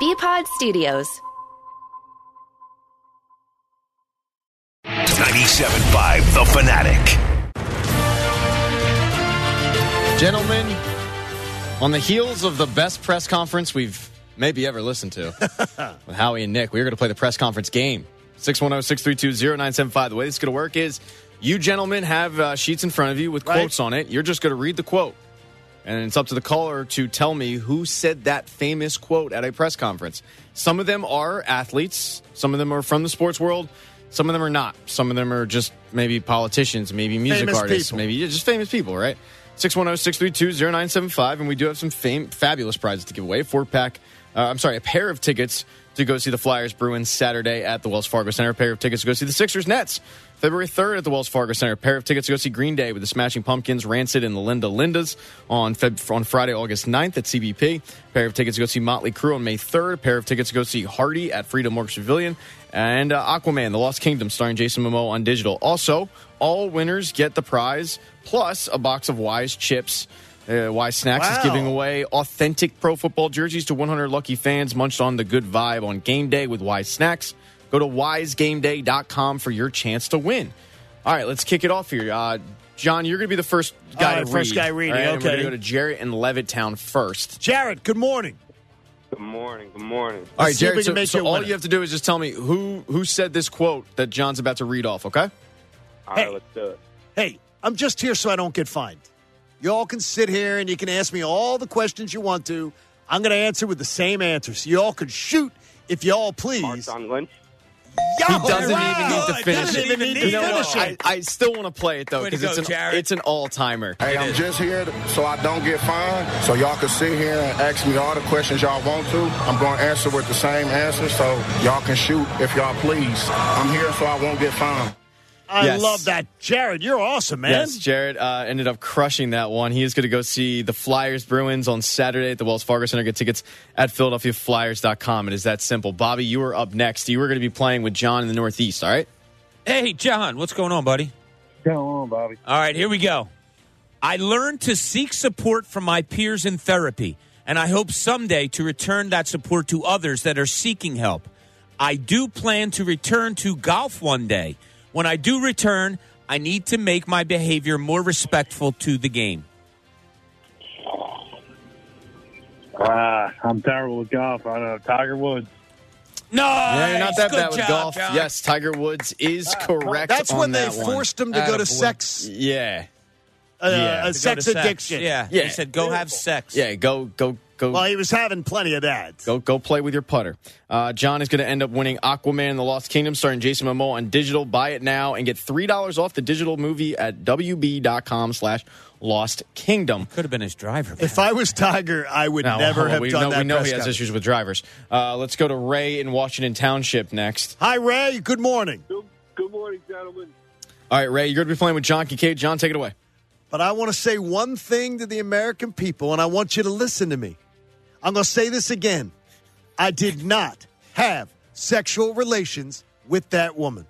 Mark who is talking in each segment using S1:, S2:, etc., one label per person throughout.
S1: Bpod Studios.
S2: 97.5 The Fanatic.
S3: Gentlemen, on the heels of the best press conference we've maybe ever listened to with Howie and Nick, we're going to play the press conference game. oh, 610 632 0975. The way this is going to work is you gentlemen have uh, sheets in front of you with
S4: Right.
S3: quotes on it. You're just going to read the quote. And it's up to the caller to tell me who said that famous quote at a press conference. Some of them are athletes, some of them are from the sports world, some of them are not. Some of them are just maybe politicians, maybe music
S4: Famous
S3: artists,
S4: people.
S3: maybe yeah, just famous people, right? 610-632-0975 and we do have some fame, fabulous prizes to give away. Four pack, uh, I'm sorry, a pair of tickets to go see the Flyers Bruins Saturday at the Wells Fargo Center, a pair of tickets to go see the Sixers Nets February 3rd at the Wells Fargo Center, a pair of tickets to go see Green Day with the Smashing Pumpkins, Rancid and the Linda Lindas on Feb- on Friday, August 9th at CBP, a pair of tickets to go see Motley Crue on May 3rd, a pair of tickets to go see Hardy at Freedom Mortgage Pavilion, and uh, Aquaman: The Lost Kingdom starring Jason Momoa on digital. Also, all winners get the prize plus a box of Wise chips. Uh, Wise Snacks is
S4: Wow.
S3: giving away authentic pro football jerseys to 100 lucky fans munched on the good vibe on game day with Wise Snacks. Go to wisegameday.com for your chance to win. All right, let's kick it off here. Uh, John, you're going to be the first guy
S4: All right,
S3: to
S4: first
S3: read.
S4: guy reading,
S3: All right, and we're
S4: okay.
S3: going to go to Jarrett and Levittown first.
S4: Jared, good morning.
S5: Good morning. Good morning.
S3: All right,
S4: Let's see if we
S3: Jarrett,
S4: can
S3: so,
S4: make
S3: so
S4: you a
S3: all
S4: winner.
S3: you have to do is just tell me who, who said this quote that John's about to read off, okay?
S5: All
S4: Hey.
S5: right, let's do it.
S4: Hey, I'm just here so I don't get fined. You all can sit here and you can ask me all the questions you want to. I'm going to answer with the same answer. So you all can shoot if you all please.
S5: Marshawn Lynch.
S3: He
S4: Yo,
S3: doesn't
S4: Oh, wow.
S3: even need to
S6: Good.
S3: finish
S4: Doesn't
S3: it.
S4: even need
S3: You
S4: to
S3: know what?
S4: finish
S3: I,
S4: it.
S3: I still want to play it though
S6: Way to
S3: because it's
S6: go,
S3: an
S6: Jared.
S3: it's an all timer.
S7: Hey, I'm just here so I don't get fined. So y'all can sit here and ask me all the questions y'all want to. I'm going to answer with the same answer so y'all can shoot if y'all please. I'm here so I won't get fined.
S4: I
S3: Yes.
S4: love that. Jared, you're awesome, man.
S3: Yes, Jared uh, ended up crushing that one. He is going to go see the Flyers Bruins on Saturday at the Wells Fargo Center. Get tickets at PhiladelphiaFlyers.com. It is that simple. Bobby, you are up next. You are going to be playing with John in the Northeast. All right.
S6: Hey, John, what's going on, buddy?
S5: Come on, Bobby.
S6: All right, here we go. I learned to seek support from my peers in therapy, and I hope someday to return that support to others that are seeking help. I do plan to return to golf one day. When I do return, I need to make my behavior more respectful to the game.
S8: Ah, I'm terrible with golf. I don't know. Tiger Woods.
S6: No,
S3: Yeah, you're not that
S6: good
S3: bad with
S6: job,
S3: golf.
S6: John.
S3: Yes, Tiger Woods is correct.
S4: Ah, That's
S3: on
S4: when they
S3: that one.
S4: forced him to go to sex,
S3: Yeah,
S4: uh,
S3: Yeah.
S4: uh,
S3: To go
S4: sex addiction.
S6: Yeah,
S3: Yeah.
S6: He said, "Go have sex."
S3: yeah. Go, go, go.
S4: Well, he was having plenty of that.
S3: Go go play with your putter. Uh, John is going to end up winning Aquaman and the Lost Kingdom, starring Jason Momoa on digital. Buy it now and get $3 off the digital movie at wb.com slash Lost Kingdom.
S6: Could have been his driver. man.
S4: If I was Tiger, I would
S3: Now,
S4: never
S3: hold on,
S4: have
S3: we
S4: done
S3: know,
S4: that.
S3: We know
S4: press
S3: he has
S4: conference.
S3: issues with drivers. Uh, let's go to Ray in Washington Township next.
S4: Hi, Ray. Good morning.
S5: Good, good morning, gentlemen.
S3: All right, Ray, you're going to be playing with John Kincaid. John, take it away.
S4: But I want to say one thing to the American people, and I want you to listen to me. I'm going to say this again. I did not have sexual relations with that woman.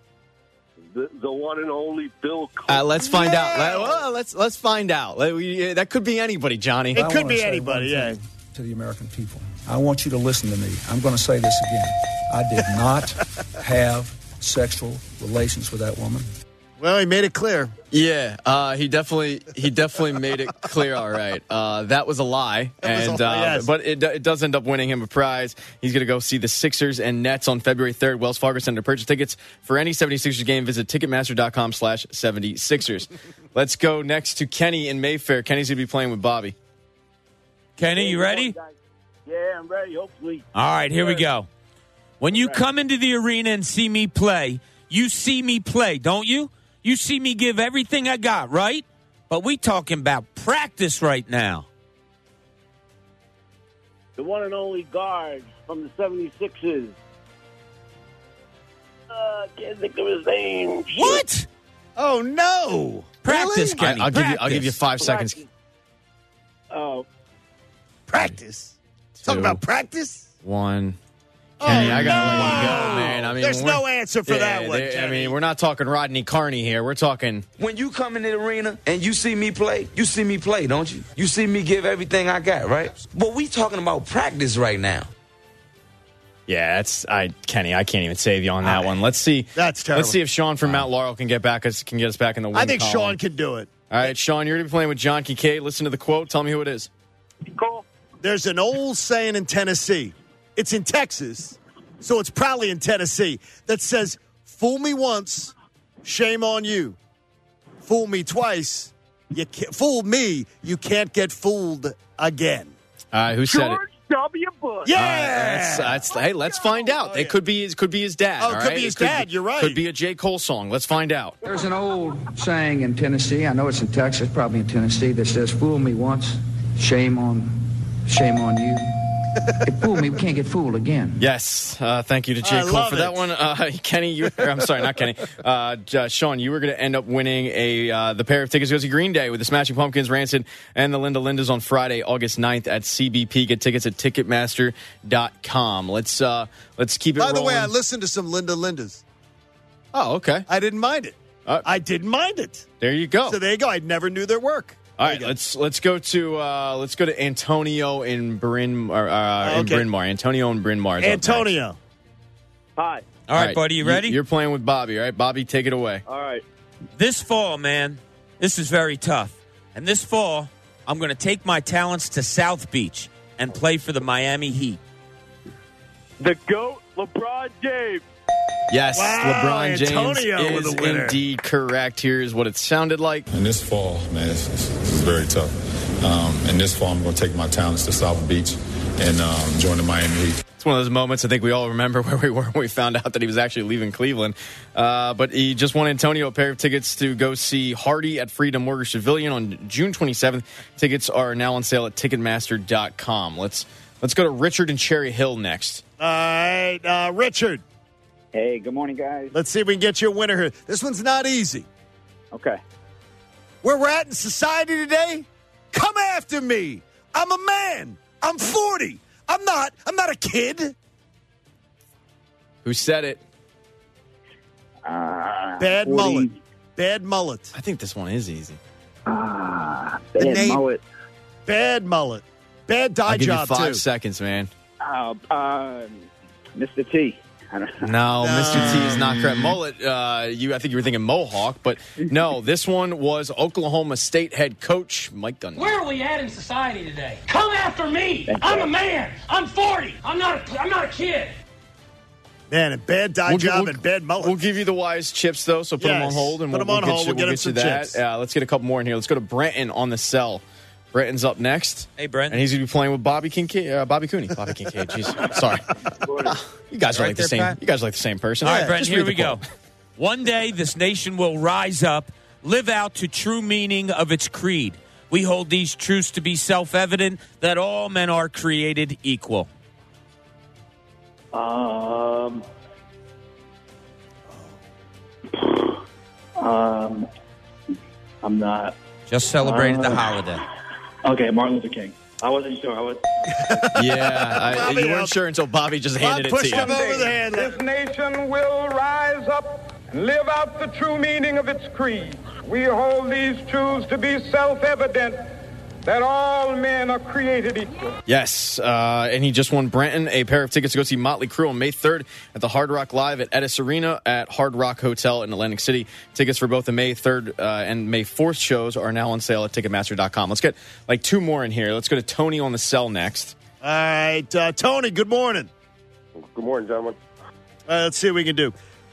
S5: The, the one and only Bill Clinton.
S3: Uh, let's find out. Let, well, let's let's find out. Let- we- uh, that could be anybody, Johnny.
S4: It
S9: I
S4: could
S9: wanna
S4: be
S9: say one
S4: anybody, yeah.
S9: thing To the American people, I want you to listen to me. I'm going to say this again. I did not have sexual relations with that woman.
S4: Well, he made it clear.
S3: Yeah, uh, he definitely he definitely made it clear. All right, uh, that was a lie,
S4: was a
S3: and
S4: lie,
S3: uh,
S4: yes.
S3: but it, do- it does end up winning him a prize. He's going to go see the Sixers and Nets on February third. Wells Fargo Center. To Purchase tickets for any 76ers game. Visit ticketmaster.com slash 76ers. Let's go next to Kenny in Mayfair. Kenny's going to be playing with Bobby.
S6: Kenny, you ready?
S5: Yeah, I'm ready. Hopefully.
S6: All right, here we go. When you come into the arena and see me play, you see me play, don't you? You see me give everything I got, right? But we talking about practice right now.
S8: The one and only guard from the 76ers.
S5: Uh, can't think of his name.
S6: What?
S4: Oh, no.
S6: Practice,
S3: I,
S6: Kenny.
S3: will give you I'll give you
S6: practice.
S3: five seconds.
S5: Oh,
S4: Practice.
S3: Two,
S4: Talking about practice?
S3: one. Kenny, I gotta
S4: no.
S3: let you go, man. I mean,
S4: There's
S3: we're-
S4: no answer for
S3: Yeah,
S4: that one.
S3: they- I
S4: Kenny.
S3: mean, we're not talking Rodney Carney here. We're talking.
S10: When you come in the arena and you see me play, you see me play, don't you? You see me give everything I got, right? But we talking about practice right now.
S3: Yeah, that's I Kenny. I can't even save you on that one. Let's see.
S4: That's terrible.
S3: Let's see if Sean from Mount Laurel can get back us can get us back in the. Win
S4: I think
S3: column.
S4: Sean can do it.
S3: All right, Sean, you're gonna be playing with John Kincaid. Listen to the quote. Tell me who it is.
S5: Cool.
S4: There's an old saying in Tennessee. It's in Texas, so it's probably in Tennessee that says, "Fool me once, shame on you. Fool me twice, you can't, fool me, you can't get fooled again."
S3: All right, who said it?
S5: George W. Bush.
S4: Yeah,
S3: All right, that's- that's- hey, let's find out. It could be it could be his dad.
S4: Oh,
S3: all
S4: it could
S3: right?
S4: be his
S3: It could
S4: dad. You're right.
S3: Could be a J Cole song. Let's find out.
S1: There's an old saying in Tennessee, I know it's in Texas, probably in Tennessee, that says, fool me once, shame on, shame on you. If fool me, we can't get fooled again.
S3: Yes, uh, thank you to J
S4: I
S3: Cole
S4: love
S3: for that
S4: it.
S3: one. Uh, Kenny, you, or, I'm sorry, not Kenny. Uh, J- uh, Sean, you were going to end up winning a uh, the pair of tickets goes to Green Day with the Smashing Pumpkins, Rancid, and the Linda Lindas on Friday, August 9th at CBP. Get tickets at Ticketmaster.com. Let's uh, let's keep it.
S4: By the way, I
S3: rolling.
S4: listened to some Linda Lindas.
S3: oh, okay.
S4: I didn't mind it.
S3: Uh,
S4: I didn't mind it.
S3: There you go.
S4: So there you go. I never knew their work.
S3: All right, let's let's go to uh, let's go to Antonio in Bryn or, uh, in
S4: Okay.
S3: Bryn Mawr. Antonio in Bryn Mawr. is up next.
S4: Antonio.
S5: Hi.
S6: All right, buddy, you ready?
S3: You're playing with Bobby, all right? Bobby, take it away.
S5: All right.
S6: this fall, man, this is very tough. And this fall, I'm going to take my talents to South Beach and play for the Miami Heat.
S5: The GOAT, LeBron James.
S3: Yes,
S4: Wow,
S3: LeBron James
S4: Antonio with
S3: is
S4: a winner.
S3: indeed correct. Here's what it sounded like.
S11: And this fall, man, it's, it's, it's very tough. Um, and this fall, I'm going to take my talents to South Beach and um, join the Miami Heat.
S3: It's one of those moments I think we all remember where we were when we found out that he was actually leaving Cleveland. Uh, but he just won Antonio a pair of tickets to go see Hardy at Freedom Mortgage Pavilion on June 27th. Tickets are now on sale at Ticketmaster.com. Let's let's go to Richard and Cherry Hill next.
S4: All right, uh, Richard.
S1: Hey, good morning, guys.
S4: Let's see if we can get you a winner here. This one's not easy.
S1: Okay.
S4: Where we're at in society today, come after me. I'm a man. I'm 40. I'm not. I'm not a kid.
S3: Who said it?
S4: Bad mullet. Bad mullet.
S3: I think this one is easy.
S4: The name. Bad mullet. Bad
S3: I'll
S4: dye
S3: give
S4: job
S3: you five
S4: too.
S3: seconds, man.
S1: Uh,
S5: um,
S1: Mr. T. I don't know.
S3: No, Mr. T is not correct. Mullet, uh, you I think you were thinking Mohawk, but no, this one was Oklahoma State head coach Mike Gundy.
S1: Where are we at in society today? Come after me. I'm a man. I'm 40. I'm not a, I'm not a kid.
S4: Man, and bad dye
S3: We'll gi-
S4: job
S3: we'll-
S4: and bad mullet.
S3: We'll give you the wise chips though, so put them on
S4: Yes.
S3: hold and
S4: Put
S3: we'll,
S4: 'em on
S3: we'll
S4: hold.
S3: get you,
S4: We'll get
S3: we'll
S4: him
S3: get you
S4: some
S3: that.
S4: chips.
S3: Uh, let's get a couple more in here. Let's go to Brenton on the cell. Brenton's up next.
S6: Hey, Brent.
S3: And he's going to be playing with Bobby Kincaid, uh, Bobby Cooney. Bobby Kincaid, jeez. Sorry. you guys are
S6: Right
S3: like
S6: there,
S3: the same.
S6: Pat.
S3: You guys are like the same person.
S6: All right, Brent,
S3: Just
S6: here
S3: read
S6: we
S3: the
S6: go.
S3: quote.
S6: One day, this nation will rise up, live out to true meaning of its creed. We hold these truths to be self evident that all men are created equal.
S5: Um. Um, I'm not.
S6: Just celebrated the holiday.
S5: Okay, Martin Luther King. I wasn't sure. I was.
S3: Yeah, I,
S4: Bobby
S3: you weren't
S4: up.
S3: sure until Bobby just
S4: Bob
S3: handed it to
S4: pushed
S3: you.
S4: him over the hand.
S1: This nation will rise up and live out the true meaning of its creed. We hold these truths to be self evident that all men are created equal.
S3: Yes, uh, and he just won Brenton a pair of tickets to go see Motley Crue on May 3rd at the Hard Rock Live at Edis Arena at Hard Rock Hotel in Atlantic City. Tickets for both the May 3rd uh, and May 4th shows are now on sale at Ticketmaster.com. Let's get like two more in here. Let's go to Tony on the cell next.
S4: All right, uh, Tony. Good morning.
S5: Good morning, gentlemen.
S4: Uh, let's see what we can do.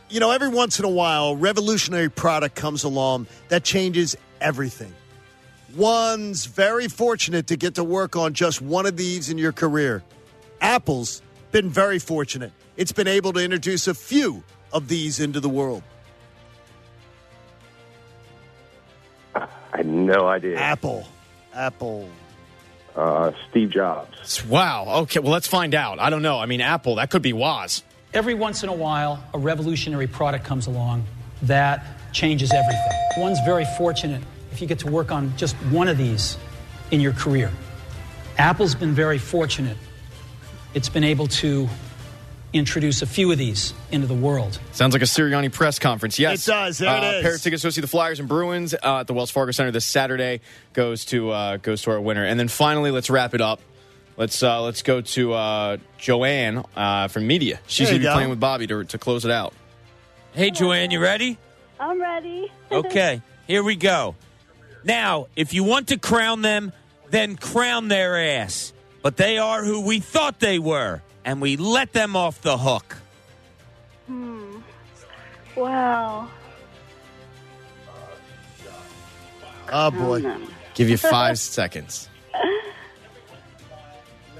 S4: You know, every once in a while, revolutionary product comes along that changes everything. One's very fortunate to get to work on just one of these in your career. Apple's been very fortunate. It's been able to introduce a few of these into the world.
S5: I had no idea.
S4: Apple. Apple.
S5: Uh, Steve Jobs.
S3: Wow. Okay, well, let's find out. I don't know. I mean, Apple, that could be Waz.
S1: Every once in a while, a revolutionary product comes along that changes everything. One's very fortunate if you get to work on just one of these in your career. Apple's been very fortunate. It's been able to introduce a few of these into the world.
S3: Sounds like a Sirianni press conference. Yes,
S4: It does. There it
S3: Uh,
S4: is.
S3: Pair of tickets to go see the Flyers and Bruins uh, at the Wells Fargo Center this Saturday goes to uh, goes to our winner. And then finally, let's wrap it up. Let's uh, let's go to uh, Joanne uh, from media. She's
S6: There
S3: going
S6: you
S3: to be
S6: go.
S3: playing with Bobby to, to close it out.
S6: Hey, Joanne, you ready?
S12: I'm ready.
S6: Okay, here we go. Now, if you want to crown them, then crown their ass. But they are who we thought they were, and we let them off the hook.
S12: Hmm. Wow.
S4: Oh boy.
S3: Give you five seconds.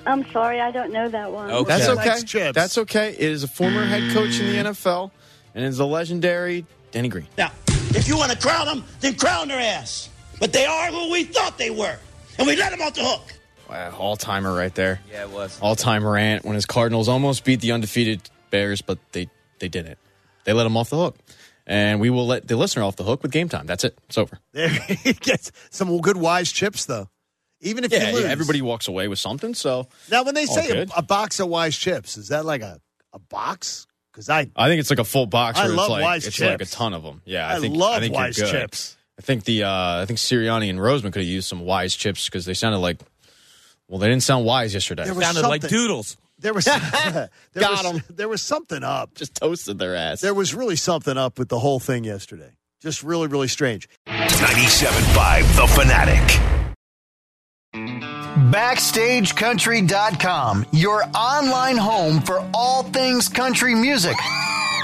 S12: I'm sorry, I don't know that one.
S3: That's okay. That's okay. It is a former head coach in the NFL and is the legendary Danny Green.
S13: Now, if you want to crown them, then crown their ass. But they are who we thought they were, and we let them off the hook.
S3: All timer right there.
S6: Yeah, it was.
S3: All time rant when his Cardinals almost beat the undefeated Bears, but they, they didn't. They let him off the hook. And we will let the listener off the hook with game time. That's it. It's over.
S4: There he gets some good wise chips though. Even if
S3: Yeah,
S4: you lose.
S3: everybody walks away with something. So
S4: Now when they
S3: All
S4: say a,
S3: good.
S4: a box of wise chips, is that like a, a box? Because I
S3: I think it's like a full box.
S4: I
S3: Where
S4: love
S3: it's like,
S4: Wise
S3: it's
S4: chips.
S3: like a ton of them. Yeah, I,
S4: I
S3: think,
S4: love
S3: I think
S4: Wise
S3: you're good.
S4: chips.
S3: I think the uh, I think Sirianni and Roseman could have used some wise chips because they sounded like well, they didn't sound wise yesterday.
S4: There was Sounded like something-
S6: doodles.
S4: There was there
S3: Got
S4: was,
S3: 'em.
S4: There was something up.
S3: Just toasted their ass.
S4: There was really something up with the whole thing yesterday. Just really, really strange.
S2: 97.5 The Fanatic.
S14: BackstageCountry.com, your online home for all things country music.